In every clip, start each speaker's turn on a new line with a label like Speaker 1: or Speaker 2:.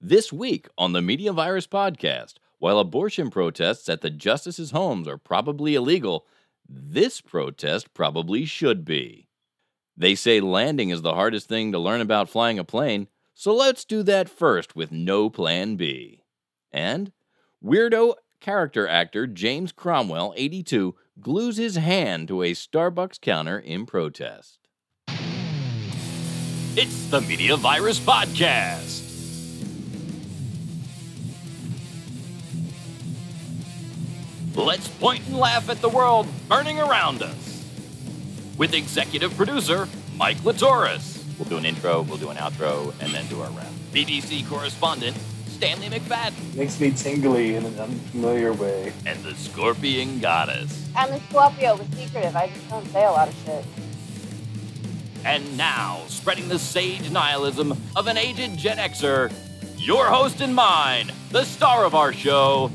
Speaker 1: This week on the Media Virus Podcast, while abortion protests at the justices' homes are probably illegal, this protest probably should be. They say landing is the hardest thing to learn about flying a plane, so let's do that first with no plan B. And weirdo character actor James Cromwell, 82, glues his hand to a Starbucks counter in protest. It's the Media Virus Podcast. Let's point and laugh at the world burning around us. With executive producer Mike Latoris. We'll do an intro, we'll do an outro, and then do our round. BBC correspondent Stanley McFadden
Speaker 2: Makes me tingly in an unfamiliar way.
Speaker 1: and the Scorpion Goddess.
Speaker 3: I'm a Scorpio, but secretive. I just don't say a lot of shit.
Speaker 1: And now, spreading the sage nihilism of an aged Gen Xer, your host and mine, the star of our show,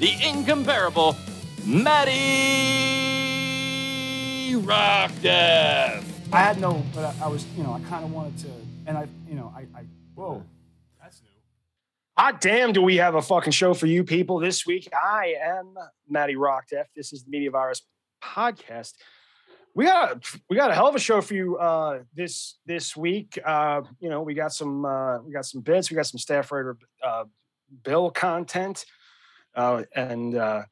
Speaker 1: the incomparable Maddie Rockdeath.
Speaker 4: I had no, but I, I was, you know, I kind of wanted to, and I, you know, I, I whoa, that's new.
Speaker 2: Hot damn, do we have a fucking show for you people this week? I am Matty Rockdeff. This is the Media Virus Podcast. We got a, we got a hell of a show for you uh, this this week. Uh, you know, we got some uh, we got some bits, we got some staff writer uh, bill content, uh, and uh,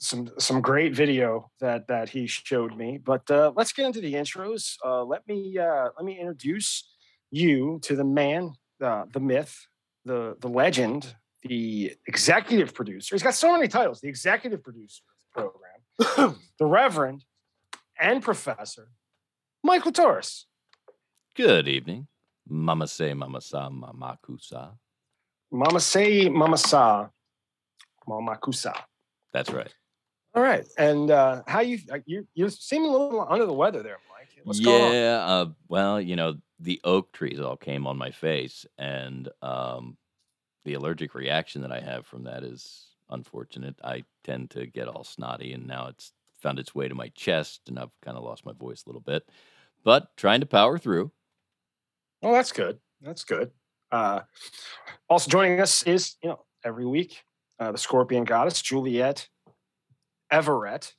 Speaker 2: some some great video that that he showed me. But uh, let's get into the intros. Uh, let me uh, let me introduce you to the man, uh, the myth, the the legend, the executive producer. He's got so many titles: the executive producer of the program, the Reverend, and Professor Michael Torres.
Speaker 1: Good evening. Mama say, mama sa, mama kusa.
Speaker 2: Mama say, Mama sa, Mama kusa.
Speaker 1: That's right.
Speaker 2: All right, and uh, how you uh, you you seem a little under the weather there, Mike. What's
Speaker 1: yeah.
Speaker 2: going on?
Speaker 1: Uh, well, you know, the oak trees all came on my face, and um, the allergic reaction that I have from that is unfortunate. I tend to get all snotty, and now it's found its way to my chest, and I've kind of lost my voice a little bit, but trying to power through.
Speaker 2: Well, that's good. That's good. Uh, also joining us is, you know, every week, uh, the Scorpion Goddess, Juliet Everett.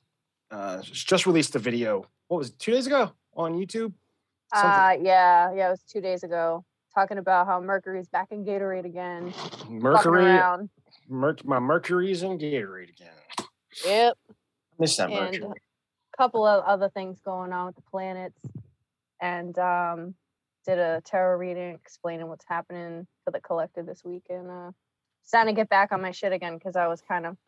Speaker 2: Uh, she's just released a video, what was it, two days ago on YouTube?
Speaker 3: Uh, yeah, yeah, it was two days ago. Talking about how Mercury's back in Gatorade again. fucking
Speaker 2: Mercury,
Speaker 3: around.
Speaker 2: Merc- my Mercury's in Gatorade again.
Speaker 3: Yep.
Speaker 2: Miss that
Speaker 3: And-
Speaker 2: Mercury.
Speaker 3: Couple of other things going on with the planets. And um, did a tarot reading explaining what's happening for the collective this week. And uh, starting to get back on my shit again because I was kind of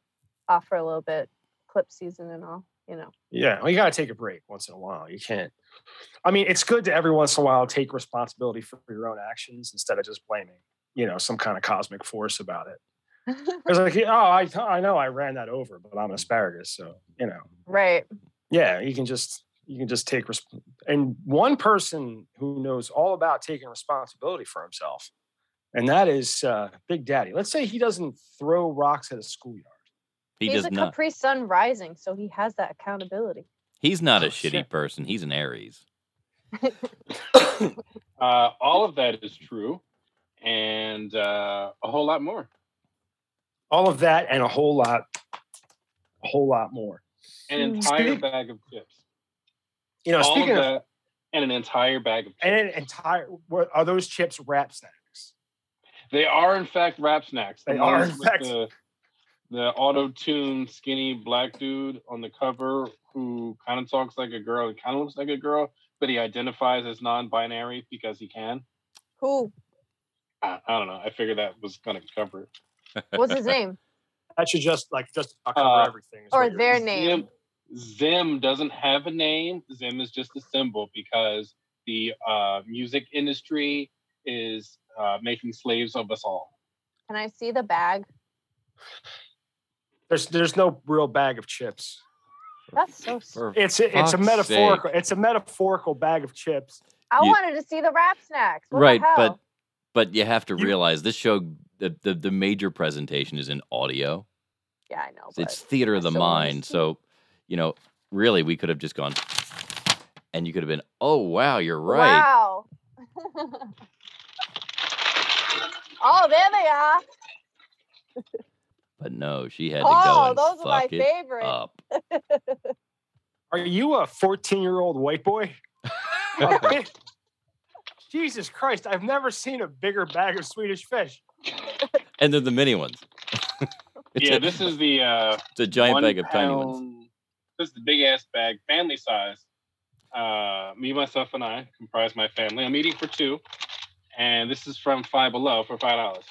Speaker 3: off for a little bit, clip season and all, you know.
Speaker 2: Yeah, well, you got to take a break once in a while. You can't. I mean, it's good to every once in a while take responsibility for your own actions instead of just blaming, you know, some kind of cosmic force about it. It's like, oh, I, I know I ran that over, but I'm an asparagus, so you know,
Speaker 3: right.
Speaker 2: yeah, you can just you can just take resp- and one person who knows all about taking responsibility for himself, and that is uh, Big Daddy. Let's say he doesn't throw rocks at a schoolyard.
Speaker 1: He
Speaker 3: He's
Speaker 1: does
Speaker 3: a
Speaker 1: not.
Speaker 3: Capri Sun rising, so he has that accountability.
Speaker 1: he's not a
Speaker 2: Oh,
Speaker 1: shitty
Speaker 2: shit.
Speaker 1: person. He's an Aries.
Speaker 5: Uh, all of that is true, and uh, a whole lot more.
Speaker 2: All of that and a whole lot, a whole lot more.
Speaker 5: An
Speaker 3: Mm.
Speaker 5: entire
Speaker 2: Speak-
Speaker 5: bag of chips.
Speaker 2: You know,
Speaker 5: all of
Speaker 2: speaking of,
Speaker 5: that, and an entire bag of chips.
Speaker 2: and an entire what- are those chips wrap snacks?
Speaker 5: They are in fact rap snacks. The
Speaker 2: They are,
Speaker 5: ones
Speaker 2: in
Speaker 5: with
Speaker 2: fact.
Speaker 5: the, the auto-tuned skinny black dude on the cover who kind of talks like a girl. He kind of looks like a girl, but he identifies as non-binary because he can.
Speaker 3: Who?
Speaker 5: I, I don't know. I figured that was gonna cover it.
Speaker 3: What's his name?
Speaker 2: That should just like just about cover
Speaker 5: Uh,
Speaker 2: everything. is
Speaker 3: or
Speaker 2: what you're-
Speaker 3: their name?
Speaker 5: Zim, Zim doesn't have a name. Zim is just a symbol because the uh, music industry is uh, making slaves of us all.
Speaker 3: Can I see the bag?
Speaker 2: There's there's no real bag of chips.
Speaker 3: That's so. s-
Speaker 1: For-
Speaker 2: It's a, it's a
Speaker 1: Fuck's
Speaker 2: metaphorical it's a metaphorical bag of chips.
Speaker 3: I
Speaker 1: You-
Speaker 3: wanted to see the rap snacks. What the
Speaker 1: right, but
Speaker 3: hell?
Speaker 1: but you have to
Speaker 2: You-
Speaker 1: realize this show the, the the major presentation is in audio.
Speaker 3: yeah, I know.
Speaker 1: it's
Speaker 3: But
Speaker 1: theater
Speaker 3: I
Speaker 1: of the
Speaker 3: still wanna
Speaker 1: mind.
Speaker 3: see.
Speaker 1: So, you know, really, we could have just gone, and you could have been, oh wow, you're right.
Speaker 3: Wow. Oh, there they are.
Speaker 1: But no, she had to go
Speaker 3: Oh,
Speaker 1: and
Speaker 3: those are my
Speaker 1: fuck it
Speaker 3: favorite.
Speaker 1: up.
Speaker 2: Are you a 14 year old white boy? A big- Jesus Christ, I've never seen a bigger bag of Swedish fish.
Speaker 1: And then the mini ones. It's
Speaker 5: yeah,
Speaker 1: a-
Speaker 5: this is the uh,
Speaker 1: it's a giant
Speaker 5: one
Speaker 1: bag of tiny ones.
Speaker 5: pound- This is the big ass bag, family size. Uh, me, myself, and I comprise my family. I'm eating for two, and this is from Five Below for five dollars.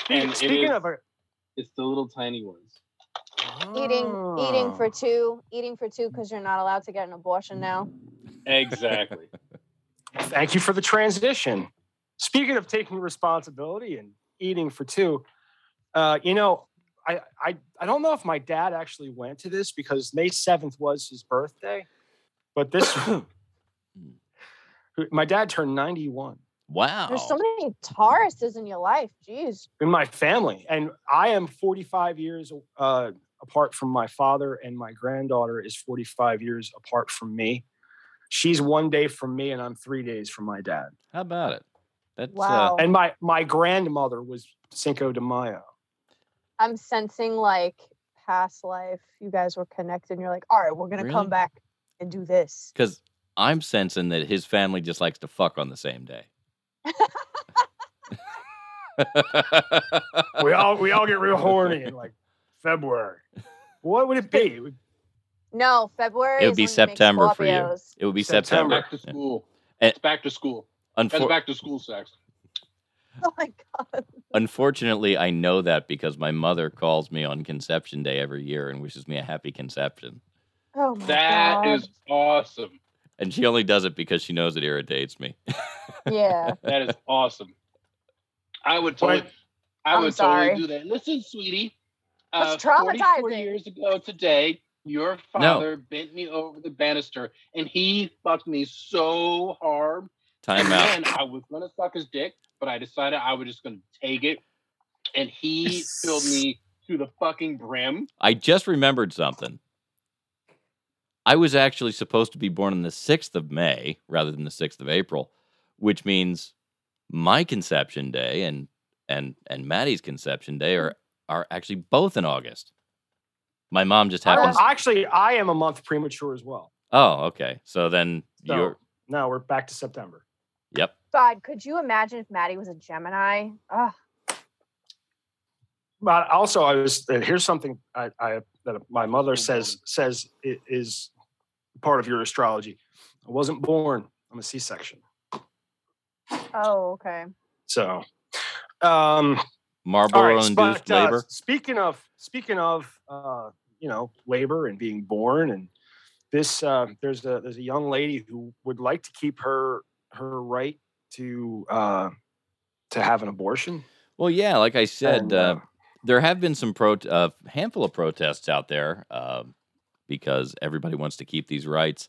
Speaker 2: Speaking,
Speaker 5: And it
Speaker 2: speaking
Speaker 5: is-
Speaker 2: of a
Speaker 5: It's the little tiny ones.
Speaker 3: Eating, eating for
Speaker 2: Oh.
Speaker 3: two, eating for two, because you're not allowed to get an abortion now.
Speaker 5: Exactly.
Speaker 2: Thank you for the transition. Speaking of taking responsibility and eating for two, uh, you know, I, I I don't know if my dad actually went to this because May seventh was his birthday, but this my dad turned ninety one
Speaker 1: Wow.
Speaker 3: There's so many Tauruses in your life. Jeez.
Speaker 2: in my family, and I am forty five years uh, apart from my father, and my granddaughter is forty five years apart from me. She's one day from me, and I'm three days from my dad.
Speaker 1: How about it? That's uh,
Speaker 3: Wow.
Speaker 2: And my my grandmother was Cinco de Mayo.
Speaker 3: I'm sensing like past life. You guys were connected. You're like, all right, we're gonna
Speaker 1: Really?
Speaker 3: come back and do this.
Speaker 1: Because I'm sensing that his family just likes to fuck on the same day.
Speaker 2: we all we all get real horny in like February. What would it be? It would-
Speaker 3: No, February.
Speaker 1: It would
Speaker 3: is
Speaker 1: be
Speaker 3: when you make
Speaker 1: September for you.
Speaker 3: Scorpios.
Speaker 1: it would be
Speaker 2: September.
Speaker 1: September.
Speaker 5: back to school.
Speaker 1: And-
Speaker 5: it's back to school. That's
Speaker 1: Unfor-
Speaker 5: back to school sex.
Speaker 3: Oh my god.
Speaker 1: Unfortunately, I know that because my mother calls me on conception day every year and wishes me a happy conception.
Speaker 3: Oh my
Speaker 5: That
Speaker 3: god.
Speaker 5: is awesome.
Speaker 1: And she only does it because she knows it irritates me.
Speaker 3: Yeah.
Speaker 5: That is awesome. I would totally,
Speaker 2: Wait.
Speaker 5: I
Speaker 3: I'm
Speaker 5: would
Speaker 3: sorry.
Speaker 5: totally do that. Listen, sweetie,
Speaker 3: That's
Speaker 5: uh, 44
Speaker 3: traumatizing.
Speaker 5: years ago today, your father bent me over the banister, and he fucked me so hard.
Speaker 1: Time out.
Speaker 5: And I was gonna suck his dick, but I decided I was just gonna take it, and he filled me to the fucking brim.
Speaker 1: I just remembered something. I was actually supposed to be born on the 6th of May rather than the 6th of April, which means my conception day and and and Maddie's conception day are are actually both in August. My mom just
Speaker 2: I-
Speaker 1: happens.
Speaker 2: actually, I am a month premature as well.
Speaker 1: Oh, okay. So then
Speaker 2: So
Speaker 1: you're
Speaker 2: now we're back to September.
Speaker 1: yep.
Speaker 3: God, could you imagine if Maddie was a Gemini? Ugh.
Speaker 2: But also, I was and here's something I, I that my mother says says i- is part of your astrology. I wasn't born. I'm a C-section.
Speaker 3: Oh, okay.
Speaker 2: So, um, all
Speaker 1: Marlboro
Speaker 2: right.
Speaker 1: induced
Speaker 2: but, uh,
Speaker 1: labor.
Speaker 2: speaking of speaking of uh, you know labor and being born and this uh, there's a there's a young lady who would like to keep her her right to uh, to have an abortion.
Speaker 1: Well, yeah, like I said,
Speaker 2: And,
Speaker 1: uh, there have been some pro- uh, handful of protests out there um because everybody wants to keep these rights.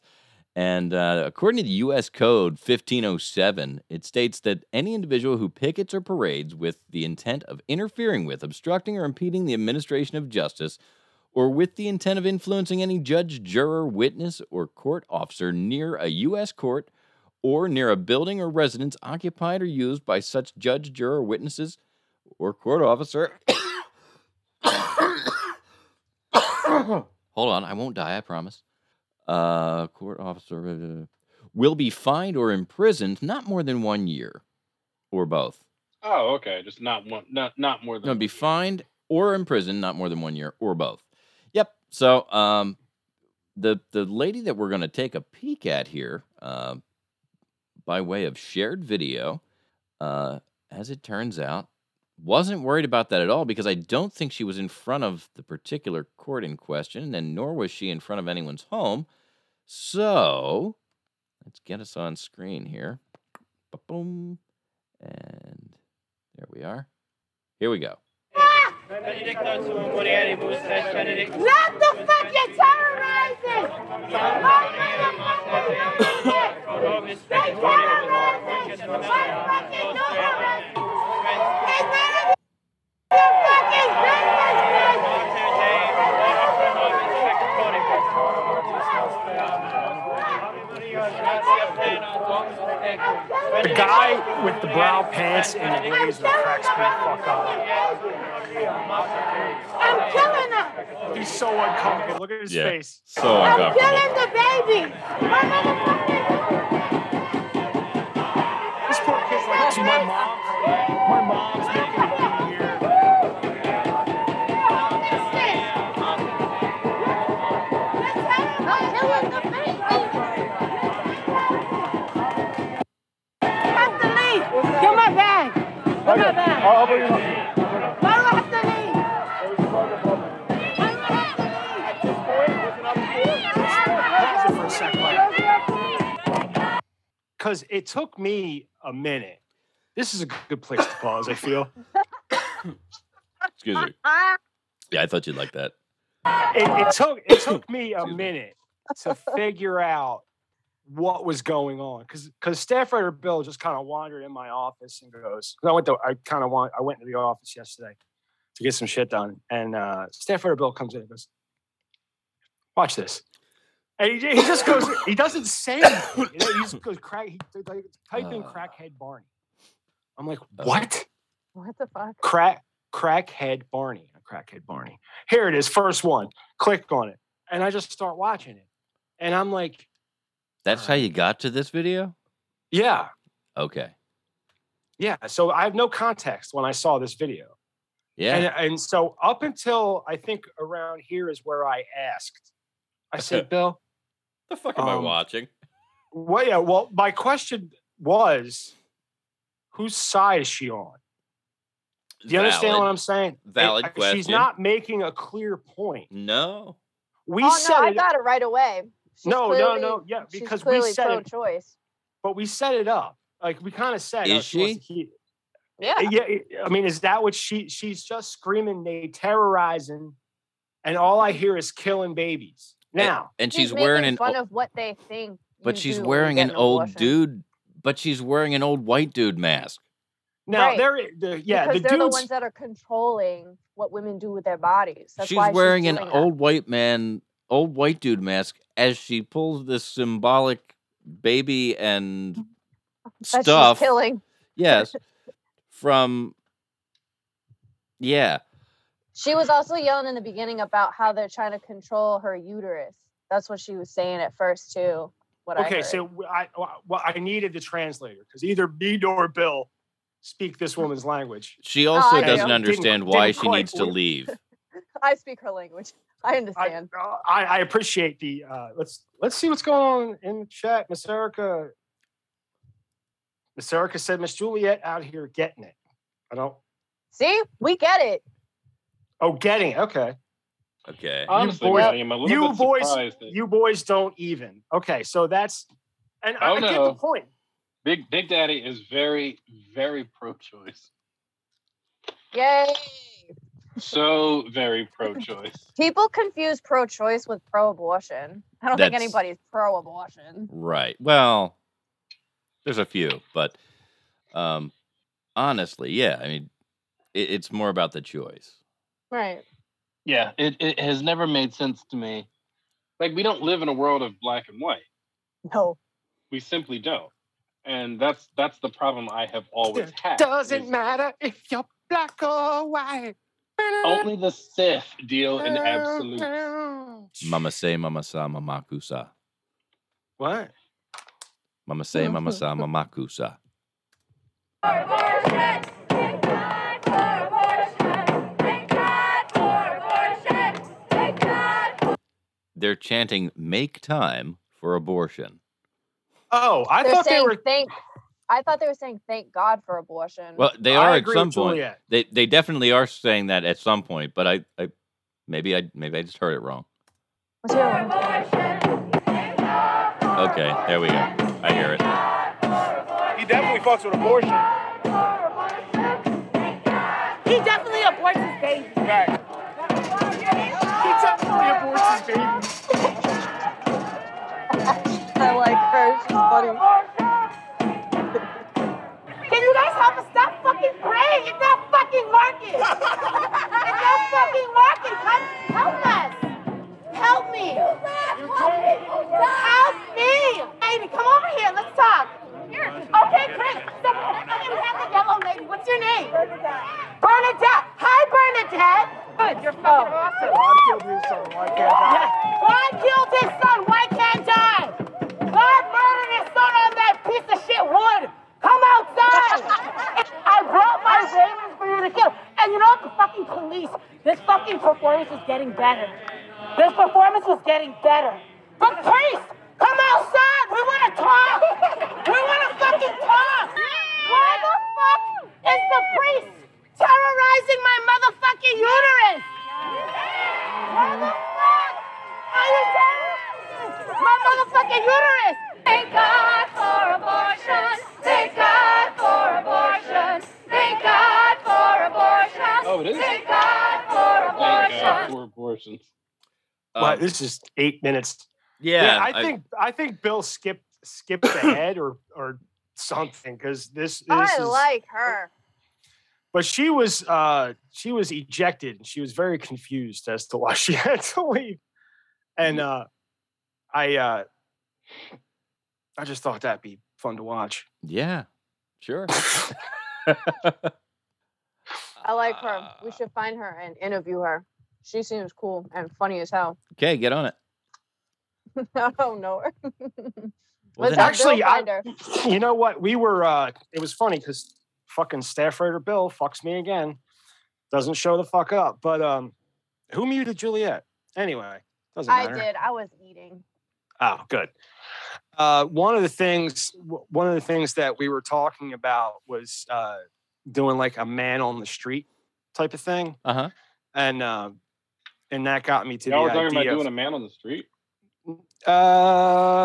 Speaker 1: And uh, according to the U.S. Code 1507, it states that any individual who pickets or parades with the intent of interfering with, obstructing, or impeding the administration of justice, or with the intent of influencing any judge, juror, witness, or court officer near a U.S. court or near a building or residence occupied or used by such judge, juror, witnesses, or court officer. Hold on, I won't die, I promise. Uh, court officer blah, blah, blah, will be fined or imprisoned not more than one year or both.
Speaker 5: Oh, okay, just not one, not not more than
Speaker 1: No, be fined or imprisoned not more than one year or both. Yep. So, um, the the lady that we're going to take a peek at here, uh, by way of shared video, uh, as it turns out, wasn't worried about that at all because I don't think she was in front of the particular court in question, and nor was she in front of anyone's home. So, let's get us on screen here. Boom, and there we are. Here we go.
Speaker 6: Not the fucking terrorizing! White motherfuckers don't get it. They terrorizing! White fucking terrorizing! It's none of your fucking business,
Speaker 2: uh, The guy with the brown pants nuts in ways that cracks me the fuck up.
Speaker 6: I'm killing her.
Speaker 2: He's so uncomfortable. Look at his
Speaker 1: Yeah.
Speaker 2: face.
Speaker 1: So
Speaker 6: I'm
Speaker 1: uncomfortable.
Speaker 6: killing the baby. My motherfucking
Speaker 2: This poor kid's like, "It's my mom. My mom's making me here.
Speaker 6: Have to leave. Get my bag. Get my bag. Why do I have to leave? Why do I have to leave?
Speaker 2: Pause it for a second. Because it took me a minute. This is a good place to pause, I feel.
Speaker 1: Excuse me. Yeah, I thought you'd like that.
Speaker 2: It, it took it took me a
Speaker 1: Excuse me.
Speaker 2: minute to figure out what was going on because because staff writer Bill just kind of wandered in my office and goes 'cause I went to I kind of want I went to the office yesterday to get some shit done and uh, staff writer Bill comes in and goes watch this and he, he just goes he doesn't say anything you know, he just goes crack he, like, type in
Speaker 1: Uh.
Speaker 2: crackhead Barney I'm like what
Speaker 3: What the fuck?
Speaker 2: crack crackhead Barney. Crackhead Barney. Here it is, first one. Click on it. And I just start watching it. And I'm like,
Speaker 1: That's how you got to this video?
Speaker 2: yeah,
Speaker 1: Okay.
Speaker 2: yeah. So I have no context when I saw this video.
Speaker 1: Yeah.
Speaker 2: And and so up until I think around here is where I asked. I said, Bill,
Speaker 1: the fuck am I
Speaker 2: um,
Speaker 1: watching?
Speaker 2: well, yeah, well, my question was, whose side is she on? Do you understand what I'm saying? It-
Speaker 1: valid
Speaker 2: I- She's
Speaker 1: question.
Speaker 2: not making a clear point.
Speaker 1: No.
Speaker 2: We
Speaker 3: oh
Speaker 2: said
Speaker 3: no, I
Speaker 2: it.
Speaker 3: got it right away. She's
Speaker 2: no,
Speaker 3: clearly-
Speaker 2: no, no. Yeah,
Speaker 3: she's
Speaker 2: because we
Speaker 3: clearly
Speaker 2: said it
Speaker 3: pro-choice.
Speaker 2: but we set it up. Like we kind of said, "Oh,
Speaker 1: Is
Speaker 2: wants to keep-
Speaker 3: Yeah.
Speaker 2: yeah. it- I mean, is that what she? She's just screaming, they terrorizing, and all I hear is killing babies. Now,
Speaker 1: And
Speaker 3: She's
Speaker 1: she's wearing
Speaker 3: making
Speaker 1: an
Speaker 3: fun
Speaker 1: o-
Speaker 3: of what they think.
Speaker 1: but
Speaker 3: you
Speaker 1: she's
Speaker 3: do when you
Speaker 1: wearing
Speaker 3: get
Speaker 1: an old
Speaker 3: abortion.
Speaker 1: dude but she's wearing an old white dude mask.
Speaker 2: now
Speaker 3: Right.
Speaker 2: there, the, yeah, the
Speaker 3: because they're the
Speaker 2: dudes.
Speaker 3: ones that are controlling what women do with their bodies. That's
Speaker 1: she's
Speaker 3: why
Speaker 1: wearing an
Speaker 3: doing that.
Speaker 1: old white man, old white dude mask as she pulls this symbolic baby and
Speaker 3: that she's
Speaker 1: stuff.
Speaker 3: killing.
Speaker 1: Yes. From yeah,
Speaker 3: She was also yelling in the beginning about how they're trying to control her uterus. That's what she was saying at first too. What I
Speaker 2: okay,
Speaker 3: heard.
Speaker 2: so w- I well, I needed the translator because either me nor Bill speak this woman's language.
Speaker 1: she also
Speaker 3: I
Speaker 1: doesn't
Speaker 2: know.
Speaker 1: understand
Speaker 2: Didn't-
Speaker 1: why
Speaker 2: didn't
Speaker 1: she
Speaker 2: quite
Speaker 1: needs to
Speaker 2: work.
Speaker 1: leave.
Speaker 3: I speak her language. I
Speaker 2: I,
Speaker 3: understand.
Speaker 2: I, I appreciate the uh, let's let's see what's going on in the chat. Miss Erica, Miss Erica said Miss Juliet out here getting it. I don't.
Speaker 3: See, we get it.
Speaker 2: Oh, getting it. Okay.
Speaker 1: Okay.
Speaker 5: Honestly,
Speaker 2: boys-
Speaker 5: I am a little
Speaker 2: you
Speaker 5: bit
Speaker 2: boys-
Speaker 5: surprised. that
Speaker 2: You boys don't even. Okay, so that's and I,
Speaker 5: Oh,
Speaker 2: I get
Speaker 5: no.
Speaker 2: the point.
Speaker 5: Big Big Daddy is very, very pro-choice.
Speaker 3: Yay.
Speaker 5: So very pro-choice.
Speaker 3: People confuse pro-choice with pro-abortion. I don't think
Speaker 1: That's-
Speaker 3: anybody's pro-abortion.
Speaker 1: Right. Well, there's a few, but um honestly, yeah, I mean it, it's more about the choice.
Speaker 3: Right.
Speaker 5: Yeah, it, it has never made sense to me. Like we don't live in a world of black and white.
Speaker 3: No.
Speaker 5: We simply don't. And that's that's the problem I have always had.
Speaker 2: Doesn't
Speaker 5: is
Speaker 2: matter if you're black or white.
Speaker 5: Only the Sith deal in absolutes.
Speaker 1: Mama say, mama sa, mama kusa.
Speaker 2: What?
Speaker 1: Mama say, mama sa, mama kusa. They're chanting, make time for abortion.
Speaker 2: Oh, I
Speaker 3: They're
Speaker 2: thought they
Speaker 3: saying
Speaker 2: were.
Speaker 3: thank. I thought they were saying thank God for abortion.
Speaker 1: Well, they
Speaker 2: I
Speaker 1: are at
Speaker 2: agree
Speaker 1: some
Speaker 2: with
Speaker 1: point.
Speaker 2: Juliet.
Speaker 1: They they definitely are saying that at some point, but I, I maybe I maybe I just heard it wrong.
Speaker 3: What's the other one?
Speaker 1: Okay, there we go. I hear it.
Speaker 7: He definitely fucks with abortion.
Speaker 6: He definitely aborts his baby.
Speaker 7: Right.
Speaker 2: He definitely aborts his baby.
Speaker 3: I like her. She's funny.
Speaker 6: Can you guys help us stop fucking praying in that fucking market? in that fucking market, come help us. Help me. Help me. Lady, come over here. Let's talk. Okay, great. So, I have the yellow lady. Bernadette. Bernadette. Hi, Bernadette. Good. You're fucking awesome.
Speaker 2: God killed his son. Why can't I?
Speaker 6: God killed his son. Why can't I? God murdered his son on that piece of shit wood. Come outside. I brought my ravens for you to kill. And you know what? The fucking police. This fucking performance is getting better. This performance was getting better. But priest, come outside. We want to talk. We want to fucking talk. Why the fuck is the priest terrorizing my motherfucking uterus? Why the fuck are you terrorizing my motherfucking uterus? Thank God for abortion. Thank God for abortion. Thank God for abortion.
Speaker 5: Oh, it is? Oh,
Speaker 6: Thank God for
Speaker 5: Thank God
Speaker 6: abortion.
Speaker 5: for abortions. Uh,
Speaker 2: Why,
Speaker 1: Um,
Speaker 2: this is eight minutes.
Speaker 1: yeah,
Speaker 2: I think I, think Bill skipped skipped ahead or or something because this, this
Speaker 3: I
Speaker 2: is,
Speaker 3: like her.
Speaker 2: but she was uh she was ejected and she was very confused as to why she had to leave and uh i uh i just thought that'd be fun to watch
Speaker 1: yeah, sure.
Speaker 3: I like her.
Speaker 1: Ah.
Speaker 3: We should find her and interview her. She seems cool and funny as hell.
Speaker 1: Okay, get on it.
Speaker 3: I don't know her.
Speaker 1: Well,
Speaker 3: Let's
Speaker 1: then-
Speaker 3: have
Speaker 2: Actually,
Speaker 3: Bill
Speaker 2: I-
Speaker 3: find her.
Speaker 2: you know what we were uh it was funny because fucking staff writer bill fucks me again doesn't show the fuck up but um who muted juliet anyway doesn't
Speaker 3: I
Speaker 2: matter
Speaker 3: did. I was eating.
Speaker 2: Oh, good. Uh, one of the things, w- one of the things that we were talking about was uh, doing like a man on the street type of thing,
Speaker 1: Uh-huh.
Speaker 2: and uh, and that got me to
Speaker 5: Y'all were
Speaker 2: the
Speaker 5: talking about
Speaker 2: idea.
Speaker 5: doing a
Speaker 2: of,
Speaker 5: man on the street.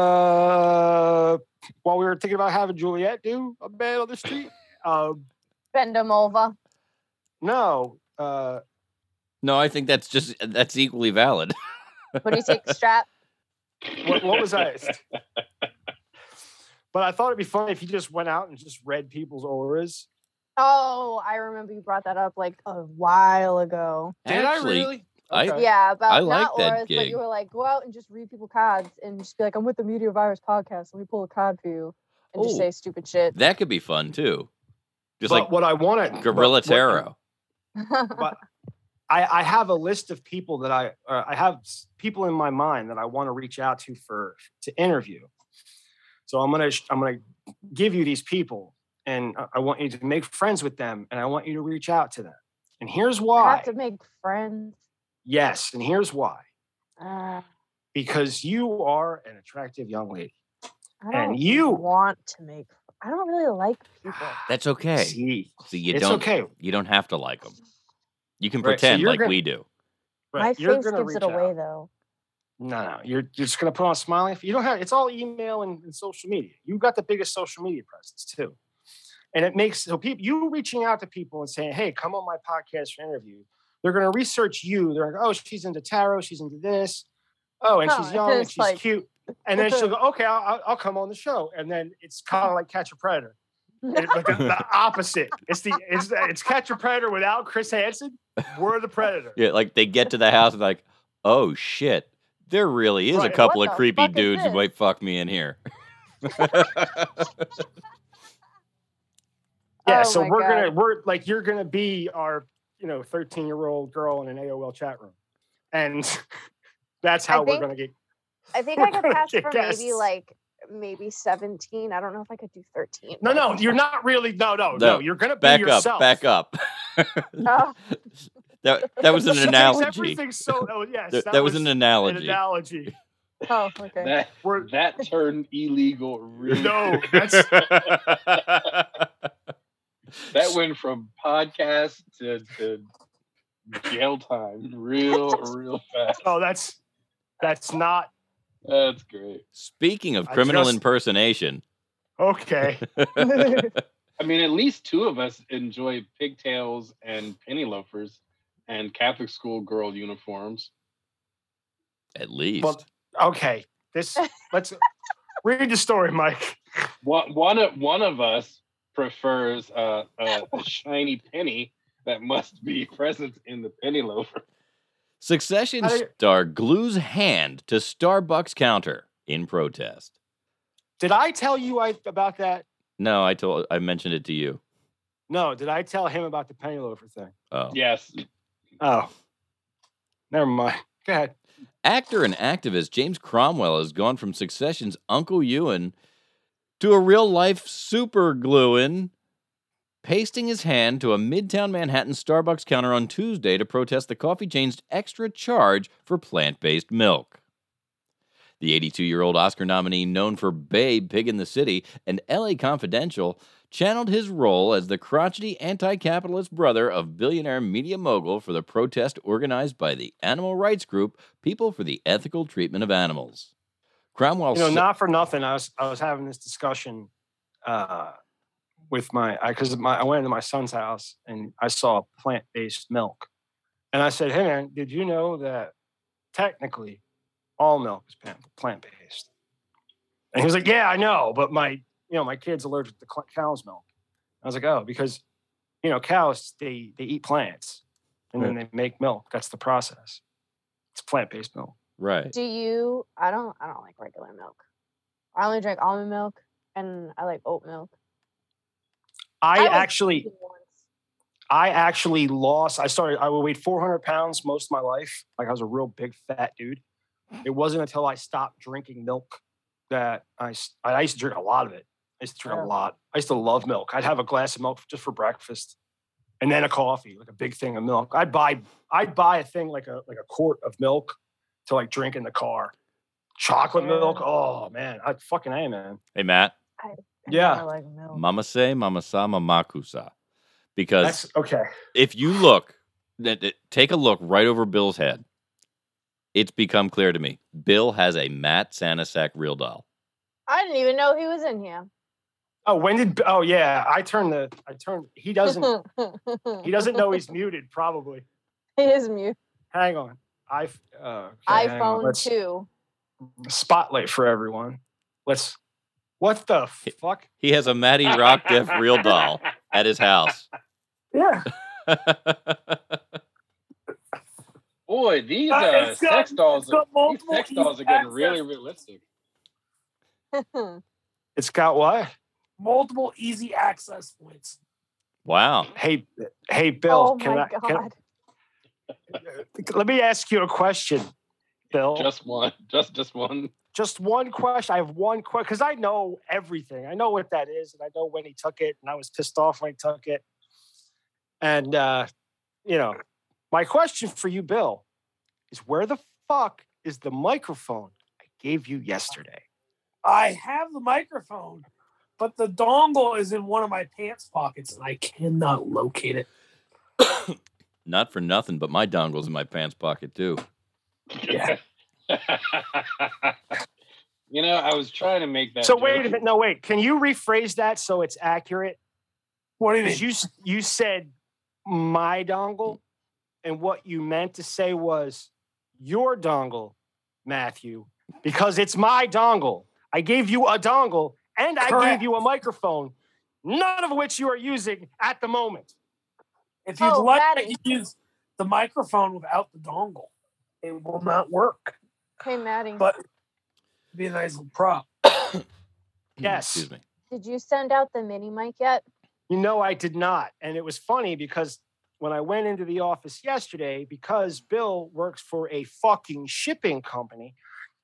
Speaker 2: uh, while we were thinking about having Juliet do a man on the street, uh,
Speaker 3: Bend them over.
Speaker 2: no, uh,
Speaker 1: No, I think that's just that's equally valid.
Speaker 3: But he takes strap.
Speaker 2: what, what was I? but I thought it'd be funny if you just went out and just read people's auras.
Speaker 3: Oh, I remember you brought that up like a while ago.
Speaker 2: Did
Speaker 1: Actually,
Speaker 2: I really?
Speaker 1: I-
Speaker 2: Okay.
Speaker 3: Yeah, about
Speaker 1: I like
Speaker 3: not
Speaker 1: that
Speaker 3: auras, but
Speaker 1: gig.
Speaker 3: you were like, go out and just read people cards and just be like, I'm with the Meteor Virus podcast. Let me pull a card for you and
Speaker 1: Oh.
Speaker 3: just say stupid shit.
Speaker 1: That could be fun too. Just
Speaker 2: but
Speaker 1: like
Speaker 2: what I wanted,
Speaker 1: Gorilla
Speaker 2: but what-
Speaker 1: Tarot.
Speaker 2: I, I have a list of people that I uh, I have s- people in my mind that I want to reach out to for to interview. So I'm gonna sh- I'm gonna give you these people, and I- I want you to make friends with them, and I want you to reach out to them. And here's
Speaker 3: I
Speaker 2: why.
Speaker 3: have to make friends.
Speaker 2: yes, and here's why.
Speaker 3: Uh,
Speaker 2: Because you are an attractive young lady.
Speaker 3: I don't
Speaker 2: And you-
Speaker 3: want to make. I don't really like people.
Speaker 1: That's okay. See,
Speaker 2: See,
Speaker 1: you
Speaker 2: it's
Speaker 1: don't
Speaker 2: okay.
Speaker 1: you don't have to like them. You can
Speaker 2: Right, so
Speaker 1: pretend
Speaker 2: you're
Speaker 1: like
Speaker 2: gonna-
Speaker 1: we do.
Speaker 3: My
Speaker 2: Right, you're
Speaker 3: face
Speaker 2: gonna
Speaker 3: gives it
Speaker 2: reach
Speaker 3: away,
Speaker 2: out.
Speaker 3: though.
Speaker 2: No, no, you're, you're just gonna put on a smiley. You don't have. It's all email and, and social media. You got the biggest social media presence too, and it makes so people you reaching out to people and saying, "Hey, come on my podcast for interview." They're gonna research you. They're like, "Oh, she's into tarot. She's into this. Oh, and
Speaker 3: Oh,
Speaker 2: she's young and
Speaker 3: it's
Speaker 2: she's
Speaker 3: like-
Speaker 2: cute." And then she'll go, "Okay, I'll, I'll- I'll come on the show." And then it's kind of like Catch a Predator. It- but the, the opposite. It's the it's it's Catch a Predator without Chris Hansen. We're the Predator.
Speaker 1: Yeah, like they get to the house and like, oh shit, there really is
Speaker 2: Right.
Speaker 1: a couple
Speaker 3: What
Speaker 1: of
Speaker 3: the
Speaker 1: creepy
Speaker 3: fuck is
Speaker 1: dudes who
Speaker 3: this?
Speaker 1: might fuck me in here.
Speaker 2: Yeah,
Speaker 3: Oh
Speaker 2: so
Speaker 3: my
Speaker 2: we're
Speaker 3: God.
Speaker 2: gonna we're like you're gonna be our you know 13 year old girl in an AOL chat room, and that's
Speaker 3: I
Speaker 2: how we're
Speaker 3: think-
Speaker 2: gonna get.
Speaker 3: I think
Speaker 2: We're
Speaker 3: I could
Speaker 2: gonna
Speaker 3: pass
Speaker 2: get
Speaker 3: for maybe
Speaker 2: guests.
Speaker 3: like maybe 17. I don't know if I could do 13.
Speaker 2: No, no, you're not really. No, no, no.
Speaker 1: No,
Speaker 2: you're gonna be
Speaker 1: back up,
Speaker 2: yourself.
Speaker 1: back up.
Speaker 3: Oh.
Speaker 1: that that was an
Speaker 2: She takes
Speaker 1: analogy.
Speaker 2: Everything so. Oh, yes,
Speaker 1: Th- That, was an
Speaker 2: an
Speaker 1: analogy.
Speaker 2: analogy.
Speaker 3: Oh, okay.
Speaker 5: That
Speaker 2: We're
Speaker 5: that turned illegal. Really,
Speaker 2: no, that's
Speaker 5: that went from podcast to, to jail time, real, real fast.
Speaker 2: oh, that's that's not
Speaker 5: That's great.
Speaker 1: Speaking of
Speaker 2: I
Speaker 1: criminal
Speaker 2: just-
Speaker 1: impersonation,
Speaker 2: okay.
Speaker 5: I mean, at least two of us enjoy pigtails and penny loafers and Catholic school girl uniforms.
Speaker 1: at least.
Speaker 2: Well, okay, this let's read the story, Mike.
Speaker 5: One one of one of us prefers uh, a, a shiny penny that must be present in the penny loafer.
Speaker 1: Succession
Speaker 2: I-
Speaker 1: star glues hand to Starbucks counter in protest.
Speaker 2: Did I tell you I about that?
Speaker 1: No, I told I mentioned it to you.
Speaker 2: No, did I tell him about the penny loafer thing?
Speaker 1: Oh.
Speaker 5: Yes.
Speaker 2: Oh, never mind. Go ahead.
Speaker 1: Actor and activist James Cromwell has gone from Succession's Uncle Ewan to a real life super gluing, pasting his hand to a midtown Manhattan Starbucks counter on Tuesday to protest the coffee chain's extra charge for plant based milk. The 82 year old Oscar nominee, known for Babe, Pig in the City, and LA Confidential, channeled his role as the crotchety anti capitalist brother of billionaire media mogul for the protest organized by the animal rights group People for the Ethical Treatment of Animals. Cromwell
Speaker 2: You know,
Speaker 1: sa-
Speaker 2: not for nothing. I was I was having this discussion uh, with my because my I went into my son's house and I saw plant based milk, and I said, "Hey man, did you know that technically all milk is plant based?" And he was like, "Yeah, I know, but my you know my kid's allergic to cl- cow's milk." I was like, "Oh, because you know cows they they eat plants and then they make milk. That's the process. It's plant based milk."
Speaker 1: right.
Speaker 3: Do you? I don't. I don't like regular milk. I only drink almond milk, and I like oat milk.
Speaker 2: I,
Speaker 3: was
Speaker 2: actually.
Speaker 3: vegan once.
Speaker 2: I actually lost. I started. I weighed 400 pounds most of my life. Like I was a real big fat dude. It wasn't until I stopped drinking milk that I. s- I used to drink a lot of it. I used to drink
Speaker 3: Oh.
Speaker 2: a lot. I used to love milk. I'd have a glass of milk just for breakfast, and then a coffee, like a big thing of milk. I'd buy. I'd buy a thing like a like a quart of milk to like drink in the car. Chocolate
Speaker 3: Yeah.
Speaker 2: milk. Oh man, I fucking a man.
Speaker 1: Hey, Matt.
Speaker 3: I
Speaker 2: Yeah. Mm.
Speaker 3: never like
Speaker 2: Oh.
Speaker 3: milk.
Speaker 1: Mama say, mama sa, mama kusa. Because
Speaker 2: That's okay.
Speaker 1: if you look, th- th- take a look right over Bill's head. It's become clear to me. Bill has a Matt Sanisak real doll.
Speaker 3: I didn't even know he was in here.
Speaker 2: Oh, when did? Oh yeah, I turned the. I turned. He doesn't. He doesn't know he's muted, probably.
Speaker 3: He is mute.
Speaker 2: Hang on. I uh, okay, hang on.
Speaker 3: iPhone
Speaker 2: Let's-
Speaker 3: two.
Speaker 2: Spotlight for everyone. Let's. What the fuck?
Speaker 1: He has a Matty Rock Def real doll at his house.
Speaker 2: Yeah.
Speaker 5: Boy, these
Speaker 2: Uh,
Speaker 5: uh,
Speaker 2: it's got-
Speaker 5: sex dolls,
Speaker 2: it's
Speaker 5: are,
Speaker 2: got
Speaker 5: these
Speaker 2: multiple
Speaker 5: sex dolls are
Speaker 2: east
Speaker 5: getting really
Speaker 2: access.
Speaker 5: realistic.
Speaker 2: It's got what?
Speaker 7: Multiple easy access points.
Speaker 1: Wow.
Speaker 2: Hey, hey, Bill.
Speaker 3: oh
Speaker 2: can
Speaker 3: my
Speaker 2: I,
Speaker 3: god!
Speaker 2: can- let me ask you a question, Bill. Just,
Speaker 5: Just one, just just one.
Speaker 2: one question. I have one question because I know everything. I know what that is, and I know when he took it, and I was pissed off when he took it. And uh, you know, my question for you, Bill, is where the fuck is the microphone I gave you yesterday?
Speaker 7: I have the microphone, but the dongle is in one of my pants pockets and I cannot locate it.
Speaker 1: Not for nothing, but my dongle's in my pants pocket too.
Speaker 7: Yeah.
Speaker 5: you know, I was trying to make that.
Speaker 2: So wait a
Speaker 5: joke.
Speaker 2: minute. No, wait. Can you rephrase that so it's accurate?
Speaker 7: What do you mean?
Speaker 2: 'Cause you s- you said my dongle, and what you meant to say was your dongle, Matthew, because it's my dongle. I gave you a dongle and I gave
Speaker 7: Correct.
Speaker 2: you a microphone, none of which you are using at the moment.
Speaker 7: If you'd
Speaker 3: Oh,
Speaker 7: like
Speaker 3: that
Speaker 7: to use the microphone without the dongle, it will not work.
Speaker 3: hey Maddie,
Speaker 7: But it'd be a nice little prop.
Speaker 2: Yes.
Speaker 1: Excuse me.
Speaker 3: did you send out the mini mic yet?
Speaker 2: You know, I did not. And it was funny because when I went into the office yesterday, because Bill works for a fucking shipping company,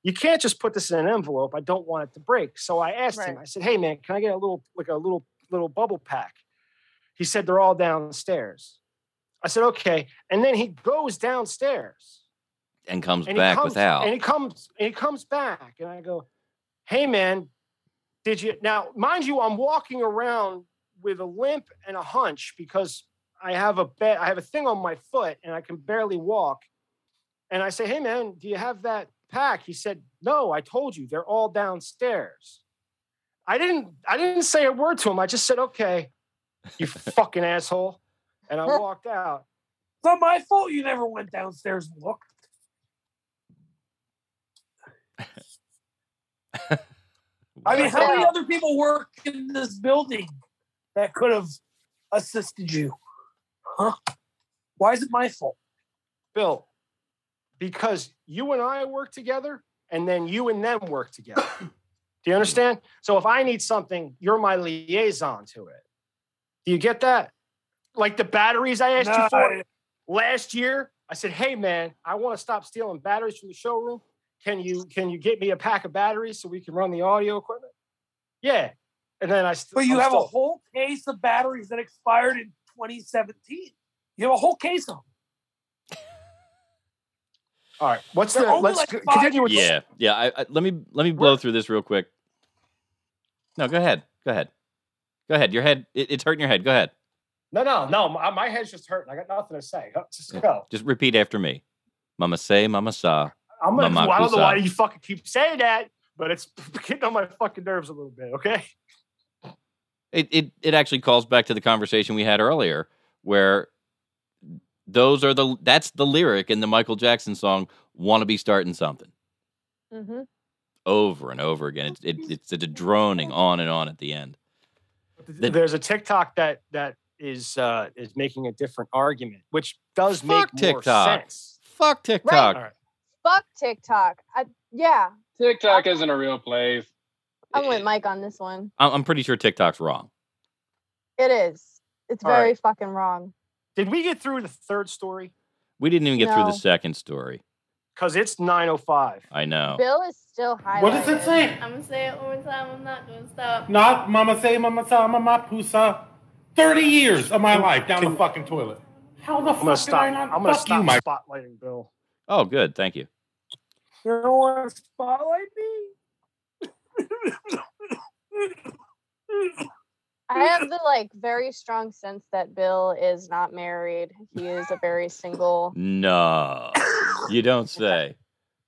Speaker 2: you can't just put this in an envelope. I don't want it to break. So I asked him,
Speaker 3: Right.
Speaker 2: I said, Hey man, can I get a little like a little little bubble pack? He said they're all downstairs. I said, okay. And then he goes downstairs
Speaker 1: And comes
Speaker 2: and
Speaker 1: back
Speaker 2: he comes,
Speaker 1: without.
Speaker 2: And he comes and he comes back, and I go, "Hey, man, did you?" Now, mind you, I'm walking around with a limp and a hunch because I have a bed, I have a thing on my foot, and I can barely walk. And I say, "Hey, man, do you have that pack?" He said, "No, I told you, they're all downstairs." I didn't, I didn't say a word to him. I just said, "Okay, you fucking asshole," and I walked out.
Speaker 7: It's not my fault you never went downstairs and looked. I mean, how many
Speaker 3: Yeah.
Speaker 7: other people work in this building that could have assisted you? Huh? Why is it my fault?
Speaker 2: Bill, because you and I work together and then you and them work together. Do you understand? So if I need something, you're my liaison to it. Do you get that? like the batteries I asked you for
Speaker 7: No.
Speaker 2: last year. I said, "Hey man, I want to stop stealing batteries from the showroom. Can you can you get me a pack of batteries so we can run the audio equipment?" Yeah, and then I. St-
Speaker 7: But you
Speaker 2: I'm
Speaker 7: have a
Speaker 2: still-
Speaker 7: whole case of batteries that expired in 2017. You have a whole case of them.
Speaker 2: All right, what's the?
Speaker 7: They're only
Speaker 2: Let's
Speaker 7: like
Speaker 2: c-
Speaker 7: five-
Speaker 2: continue with.
Speaker 1: Yeah, yeah. I, I, let me let me blow through this real quick. No, go ahead. Go ahead. Go ahead. Your head. It, it's hurting your head. Go ahead.
Speaker 2: No, no, no. My, my head's just hurting. I got nothing to say. Huh, Just
Speaker 1: Yeah.
Speaker 2: go.
Speaker 1: Just repeat after me. Mama say, mama sa.
Speaker 2: I'm gonna.
Speaker 1: Mamaku
Speaker 2: I don't know why
Speaker 1: san.
Speaker 2: you fucking keep saying that, but it's getting on my fucking nerves a little bit. Okay.
Speaker 1: It, it it actually calls back to the conversation we had earlier, where those are the that's the lyric in the Michael Jackson song "Wanna Be Starting Something"
Speaker 3: hmm
Speaker 1: over and over again. It's it, it's it's a droning on and on at the end. The-
Speaker 2: There's a TikTok that that is uh is making a different argument, which does
Speaker 1: Fuck
Speaker 2: make more
Speaker 1: TikTok.
Speaker 2: sense.
Speaker 1: Fuck TikTok.
Speaker 2: All right.
Speaker 3: Fuck TikTok. I, yeah,
Speaker 5: TikTok isn't a real place.
Speaker 3: I'm with
Speaker 1: Eh,
Speaker 3: Mike on this one.
Speaker 1: I'm, I'm pretty sure TikTok's wrong.
Speaker 3: It is. It's
Speaker 2: All right.
Speaker 3: very fucking wrong.
Speaker 2: Did we get through the third story?
Speaker 1: We didn't even get through
Speaker 3: No.
Speaker 1: the second story.
Speaker 2: Because it's 905.
Speaker 1: I know.
Speaker 3: Bill is still high.
Speaker 8: What does it say?
Speaker 9: I'm gonna say it one more time. I'm not gonna stop.
Speaker 8: Not Mama Say, Mama Sa, Mama Pusa. 30 years of my life down the fucking toilet. How the
Speaker 2: I'm gonna
Speaker 8: fuck did
Speaker 2: stop.
Speaker 8: I
Speaker 2: I'm
Speaker 8: not
Speaker 2: gonna
Speaker 8: fuck you,
Speaker 2: stop
Speaker 8: Mike?
Speaker 2: spotlighting Bill.
Speaker 1: Oh, good. Thank you.
Speaker 7: You don't want to spotlight me?
Speaker 3: I have the like very strong sense that Bill is not married. He is a very single.
Speaker 1: No, you don't say.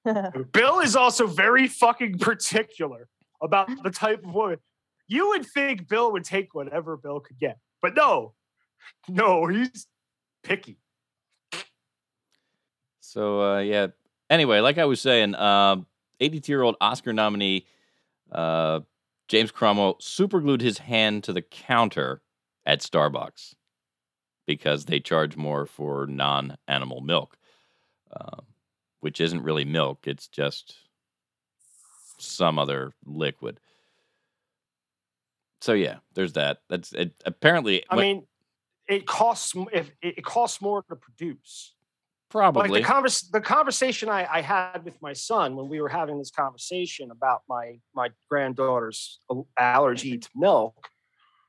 Speaker 2: Bill is also very fucking particular about the type of woman. You would think Bill would take whatever Bill could get, but no, no, he's picky.
Speaker 1: So uh, yeah. Anyway, like I was saying, 82-year-old Oscar nominee uh, James Cromwell superglued his hand to the counter at Starbucks because they charge more for non-animal milk, um, which isn't really milk; it's just some other liquid. So yeah, there's that. That's it, apparently.
Speaker 2: I
Speaker 1: what-
Speaker 2: mean, it costs m- if it it costs more to produce.
Speaker 1: probably
Speaker 2: Like the convers the conversation I, I had with my son when we were having this conversation about my my granddaughter's al- allergy to milk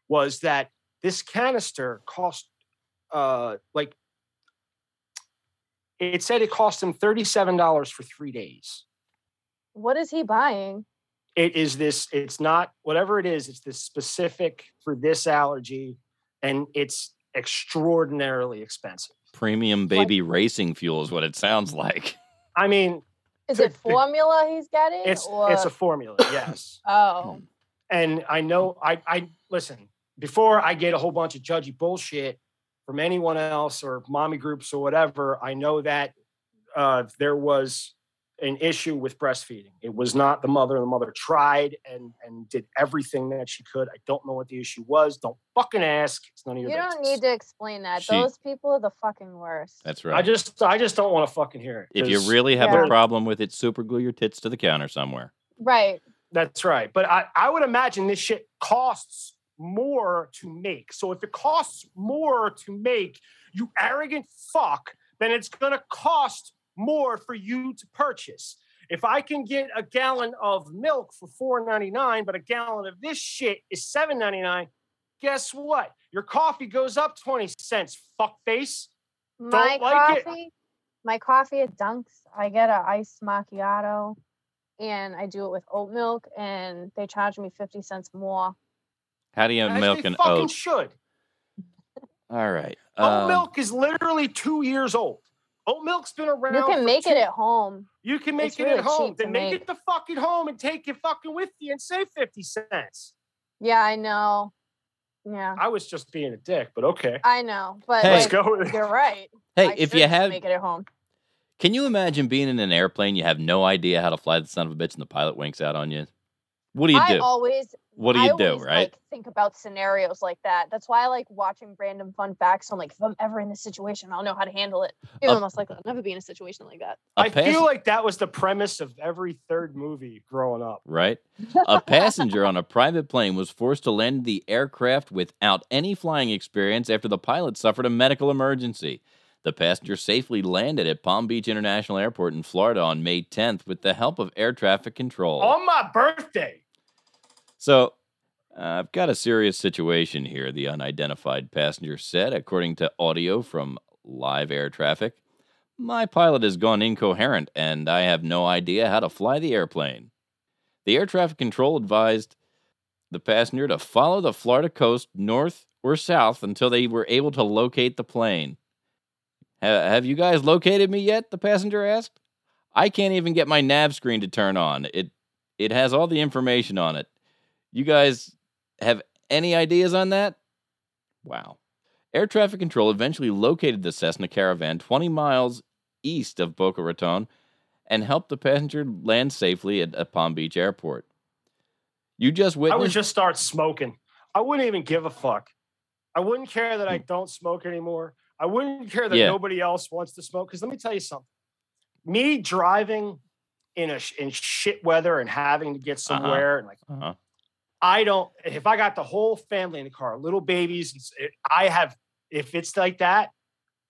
Speaker 2: was that this canister cost uh like it said it cost him $37 for three days.
Speaker 3: What is he buying?
Speaker 2: It is this, it's not whatever it is, it's this specific for this allergy, and it's extraordinarily expensive.
Speaker 1: premium baby racing fuel is what it sounds like.
Speaker 2: I mean,
Speaker 3: Is
Speaker 2: Could
Speaker 3: it
Speaker 2: be.
Speaker 3: formula he's getting?
Speaker 2: it's
Speaker 3: or
Speaker 2: it's a formula, yes.
Speaker 3: oh,
Speaker 2: and I know I I listen before I get a whole bunch of judgy bullshit from anyone else or mommy groups or whatever. I know that uh, there was an issue with breastfeeding. It was not the mother. The mother tried and and did everything that she could. I don't know what the issue was. Don't fucking ask. Mm-hmm. It's none of
Speaker 3: you
Speaker 2: your.
Speaker 3: don't
Speaker 2: business.
Speaker 3: need to explain that.
Speaker 1: She-
Speaker 3: Those people are the fucking worst.
Speaker 1: That's
Speaker 2: I
Speaker 1: right.
Speaker 2: just I just don't want to fucking hear it.
Speaker 1: if you
Speaker 2: 'cause
Speaker 1: really have a
Speaker 3: Yeah.
Speaker 1: problem with it, superglue your tits to the counter somewhere.
Speaker 3: right.
Speaker 2: That's right. But I I would imagine this shit costs more to make. So if it costs more to make, you arrogant fuck, then it's going to cost more for you to purchase. If I can get a gallon of milk for four ninety nine, but a gallon of this shit is seven ninety nine, guess what? Your coffee goes up twenty cents. Fuckface.
Speaker 3: My
Speaker 2: like it.
Speaker 3: coffee, my coffee at Dunks. I get a iced macchiato, and I do it with oat milk, and they charge me fifty cents more.
Speaker 1: How do you
Speaker 2: As
Speaker 1: milk
Speaker 2: they
Speaker 1: an
Speaker 2: fucking
Speaker 1: oat?
Speaker 2: should.
Speaker 1: All right.
Speaker 2: Oat
Speaker 1: um,
Speaker 2: milk is literally two years old. Oat milk's been around.
Speaker 3: You
Speaker 2: for
Speaker 3: can make it
Speaker 2: two-
Speaker 3: at home.
Speaker 2: You can make
Speaker 3: It's
Speaker 2: it
Speaker 3: really
Speaker 2: at home.
Speaker 3: cheap to
Speaker 2: Then make,
Speaker 3: make.
Speaker 2: it the fucking home and take it fucking with you and save 50 cents.
Speaker 3: Yeah, I know. Yeah,
Speaker 2: I was just being a dick, but okay.
Speaker 3: I know. But
Speaker 1: Hey.
Speaker 2: Let's
Speaker 3: like,
Speaker 2: go.
Speaker 3: you're right.
Speaker 1: Hey,
Speaker 3: I
Speaker 1: if
Speaker 3: should
Speaker 1: you
Speaker 3: just
Speaker 1: have,
Speaker 3: make it at home.
Speaker 1: can you imagine being in an airplane? You have no idea how to fly the son of a bitch, and the pilot winks out on you. What do you
Speaker 3: I
Speaker 1: do?
Speaker 3: always
Speaker 1: What do you
Speaker 3: I
Speaker 1: do,
Speaker 3: always,
Speaker 1: right?
Speaker 3: Like, think about scenarios like that. That's why I like watching random fun facts. I'm like, if I'm ever in this situation, I'll know how to handle it. Even
Speaker 1: Uh,
Speaker 3: though most likely I'll never be in a situation like that.
Speaker 1: A
Speaker 2: I
Speaker 1: pass-
Speaker 2: feel like that was the premise of every third movie growing up.
Speaker 1: right? A passenger on a private plane was forced to land the aircraft without any flying experience after the pilot suffered a medical emergency. The passenger safely landed at Palm Beach International Airport in Florida on May 10th with the help of air traffic control.
Speaker 2: On my birthday.
Speaker 1: So, uh, I've got a serious situation here, the unidentified passenger said, according to audio from live air traffic. My pilot has gone incoherent, and I have no idea how to fly the airplane. The air traffic control advised the passenger to follow the Florida coast north or south until they were able to locate the plane. "Ha- have you guys located me yet? The passenger asked. I can't even get my nav screen to turn on. It it has all the information on it. You guys have any ideas on that? Wow. Air traffic control eventually located the Cessna Caravan 20 miles east of Boca Raton and helped the passenger land safely at, at Palm Beach Airport. You just
Speaker 2: I would
Speaker 1: witnessed.
Speaker 2: just start smoking. I wouldn't even give a fuck. I wouldn't care that I don't smoke anymore. I wouldn't care that
Speaker 1: Mm. Yeah.
Speaker 2: nobody else wants to smoke. Because let me tell you something. Me driving in a sh- in shit weather and having to get somewhere and like
Speaker 1: Uh-huh.
Speaker 2: I don't. If I got the whole family in the car, little babies, it's- it- I have. If it's like that,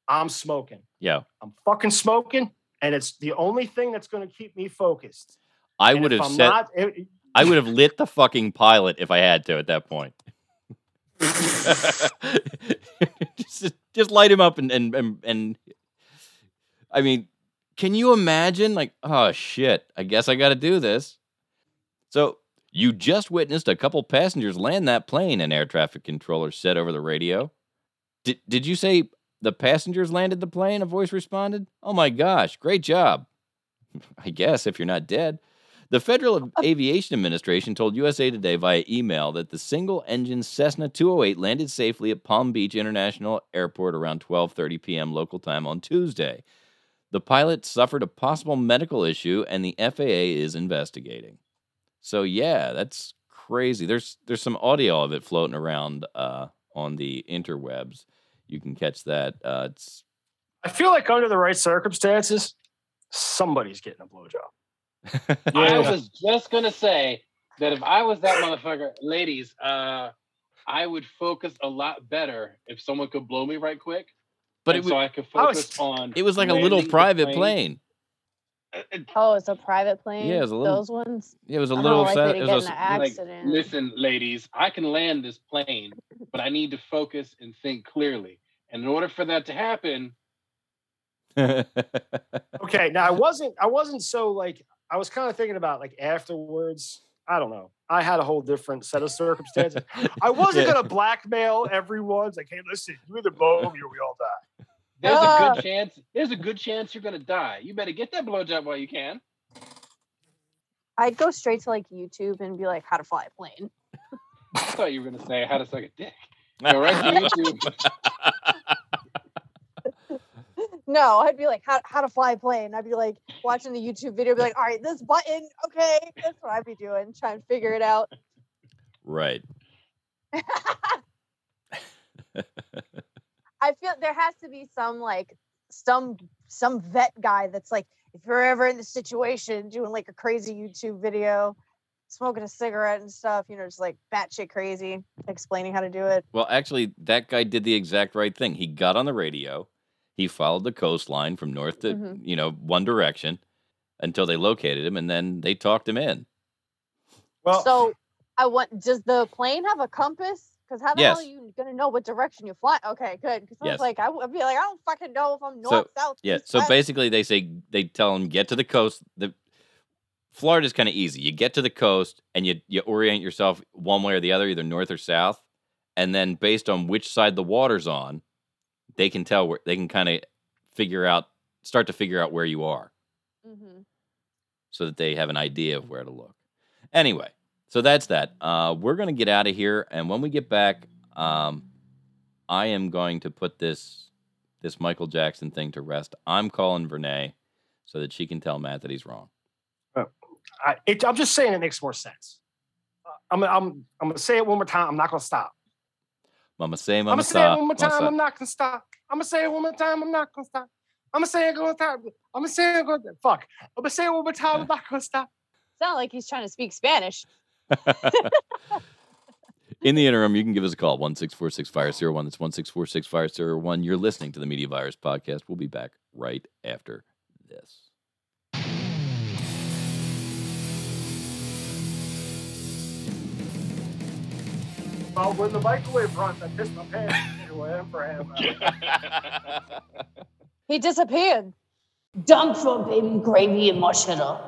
Speaker 2: I'm smoking.
Speaker 1: Yeah.
Speaker 2: I'm fucking smoking, and it's the only thing that's going to keep me focused.
Speaker 1: I
Speaker 2: And
Speaker 1: would
Speaker 2: if
Speaker 1: have
Speaker 2: I'm
Speaker 1: said
Speaker 2: not- it-
Speaker 1: I would have lit the fucking pilot if I had to at that point. just, just light him up and and and, and I mean, can you imagine? Like, oh shit, I guess I got to do this. So you just witnessed a couple passengers land that plane, an air traffic controller said over the radio. Did did you say the passengers landed the plane? A voice responded. Oh my gosh, great job. I guess if you're not dead. The Federal Aviation Administration told USA Today via email that the single-engine Cessna 208 landed safely at Palm Beach International Airport around 12:30 p.m. local time on Tuesday. The pilot suffered a possible medical issue and the FAA is investigating. So yeah, that's crazy. There's there's some audio of it floating around uh, on the interwebs. You can catch that. Uh, it's
Speaker 2: I feel like under the right circumstances, somebody's getting a blowjob.
Speaker 5: I was just gonna say that if I was that motherfucker, ladies, uh, I would focus a lot better if someone could blow me right quick.
Speaker 1: but it
Speaker 5: and
Speaker 1: was,
Speaker 5: so I could
Speaker 2: I was-
Speaker 5: focus on.
Speaker 1: it was like a little
Speaker 5: landing the
Speaker 1: private plane.
Speaker 3: Oh, it's a private plane.
Speaker 1: Yeah, it's a little-
Speaker 3: Those ones.
Speaker 1: It was a
Speaker 3: I'm
Speaker 1: little.
Speaker 3: not
Speaker 1: sa-
Speaker 3: likely
Speaker 1: it
Speaker 3: to Oh, get
Speaker 1: was
Speaker 3: in
Speaker 1: a
Speaker 3: an
Speaker 1: s-
Speaker 5: Like,
Speaker 3: accident.
Speaker 5: listen, ladies, I can land this plane, but I need to focus and think clearly. And in order for that to happen,
Speaker 2: Okay, now I wasn't. I wasn't so like. I was kind of thinking about like afterwards. I don't know. I had a whole different set of circumstances. I wasn't
Speaker 1: Yeah.
Speaker 2: going to blackmail everyone's like, hey, listen, you either blow me or we all die.
Speaker 5: there's a
Speaker 3: Ah.
Speaker 5: good chance. There's a good chance you're gonna die. You better get that blowjob while you can.
Speaker 3: I'd go straight to like YouTube and be like, how to fly a plane.
Speaker 5: I thought you were gonna say how to suck a dick. Go right to YouTube.
Speaker 3: No, I'd be like, how, how to fly a plane. I'd be like watching the YouTube video, be like, all right, this button, okay, that's what I'd be doing, trying to figure it out.
Speaker 1: right.
Speaker 3: I feel there has to be some like some some vet guy that's like, if you're ever in this situation, doing like a crazy YouTube video, smoking a cigarette and stuff, you know, just like batshit crazy, explaining how to do it.
Speaker 1: Well, actually, that guy did the exact right thing. He got on the radio. He followed the coastline from north to
Speaker 3: Mhm.
Speaker 1: you know one direction until they located him, and then they talked him in.
Speaker 2: Well,
Speaker 3: so I want does the plane have a compass? Because how the hell are
Speaker 1: Yes.
Speaker 3: you gonna know what direction you fly? Okay, good. Because I
Speaker 1: Yes.
Speaker 3: was like, I would be like, I don't fucking know if I'm
Speaker 1: So,
Speaker 3: north, south.
Speaker 1: Yeah.
Speaker 3: east,
Speaker 1: So
Speaker 3: west.
Speaker 1: basically, they say they tell him get to the coast. The Florida's kind of easy. You get to the coast and you you orient yourself one way or the other, either north or south, and then based on which side the water's on, they can tell where they can kind of figure out start to figure out where you are.
Speaker 3: Mhm.
Speaker 1: so that they have an idea of where to look. Anyway, so that's that. Uh, we're going to get out of here, and when we get back, um, I am going to put this this Michael Jackson thing to rest. I'm calling Vernay so that she can tell Matt that he's wrong.
Speaker 2: I, it, I'm just saying it makes more sense. Uh, I'm I'm I'm gonna say it one more time. I'm not gonna stop.
Speaker 1: Mama say,
Speaker 2: I'm
Speaker 1: mama
Speaker 2: gonna say it
Speaker 1: stop.
Speaker 2: one more
Speaker 1: mama
Speaker 2: time.
Speaker 1: stop.
Speaker 2: I'm not gonna stop. I'm gonna say it one more time. I'm not gonna stop. I'm gonna say it one more time. I'm gonna say it. One, fuck. I'm gonna say it one more time. I'm not gonna stop.
Speaker 3: not like he's trying to speak Spanish.
Speaker 1: In the interim, you can give us a call, 1646 Fire Zero One. That's 1646 Fire Zero One. You're listening to the Media Virus Podcast. We'll be back right after this.
Speaker 2: Well, when the microwave runs, I pissed my pants. Anyway, I'm for him.
Speaker 3: He disappeared.
Speaker 6: Dump your baby gravy in my cheddar.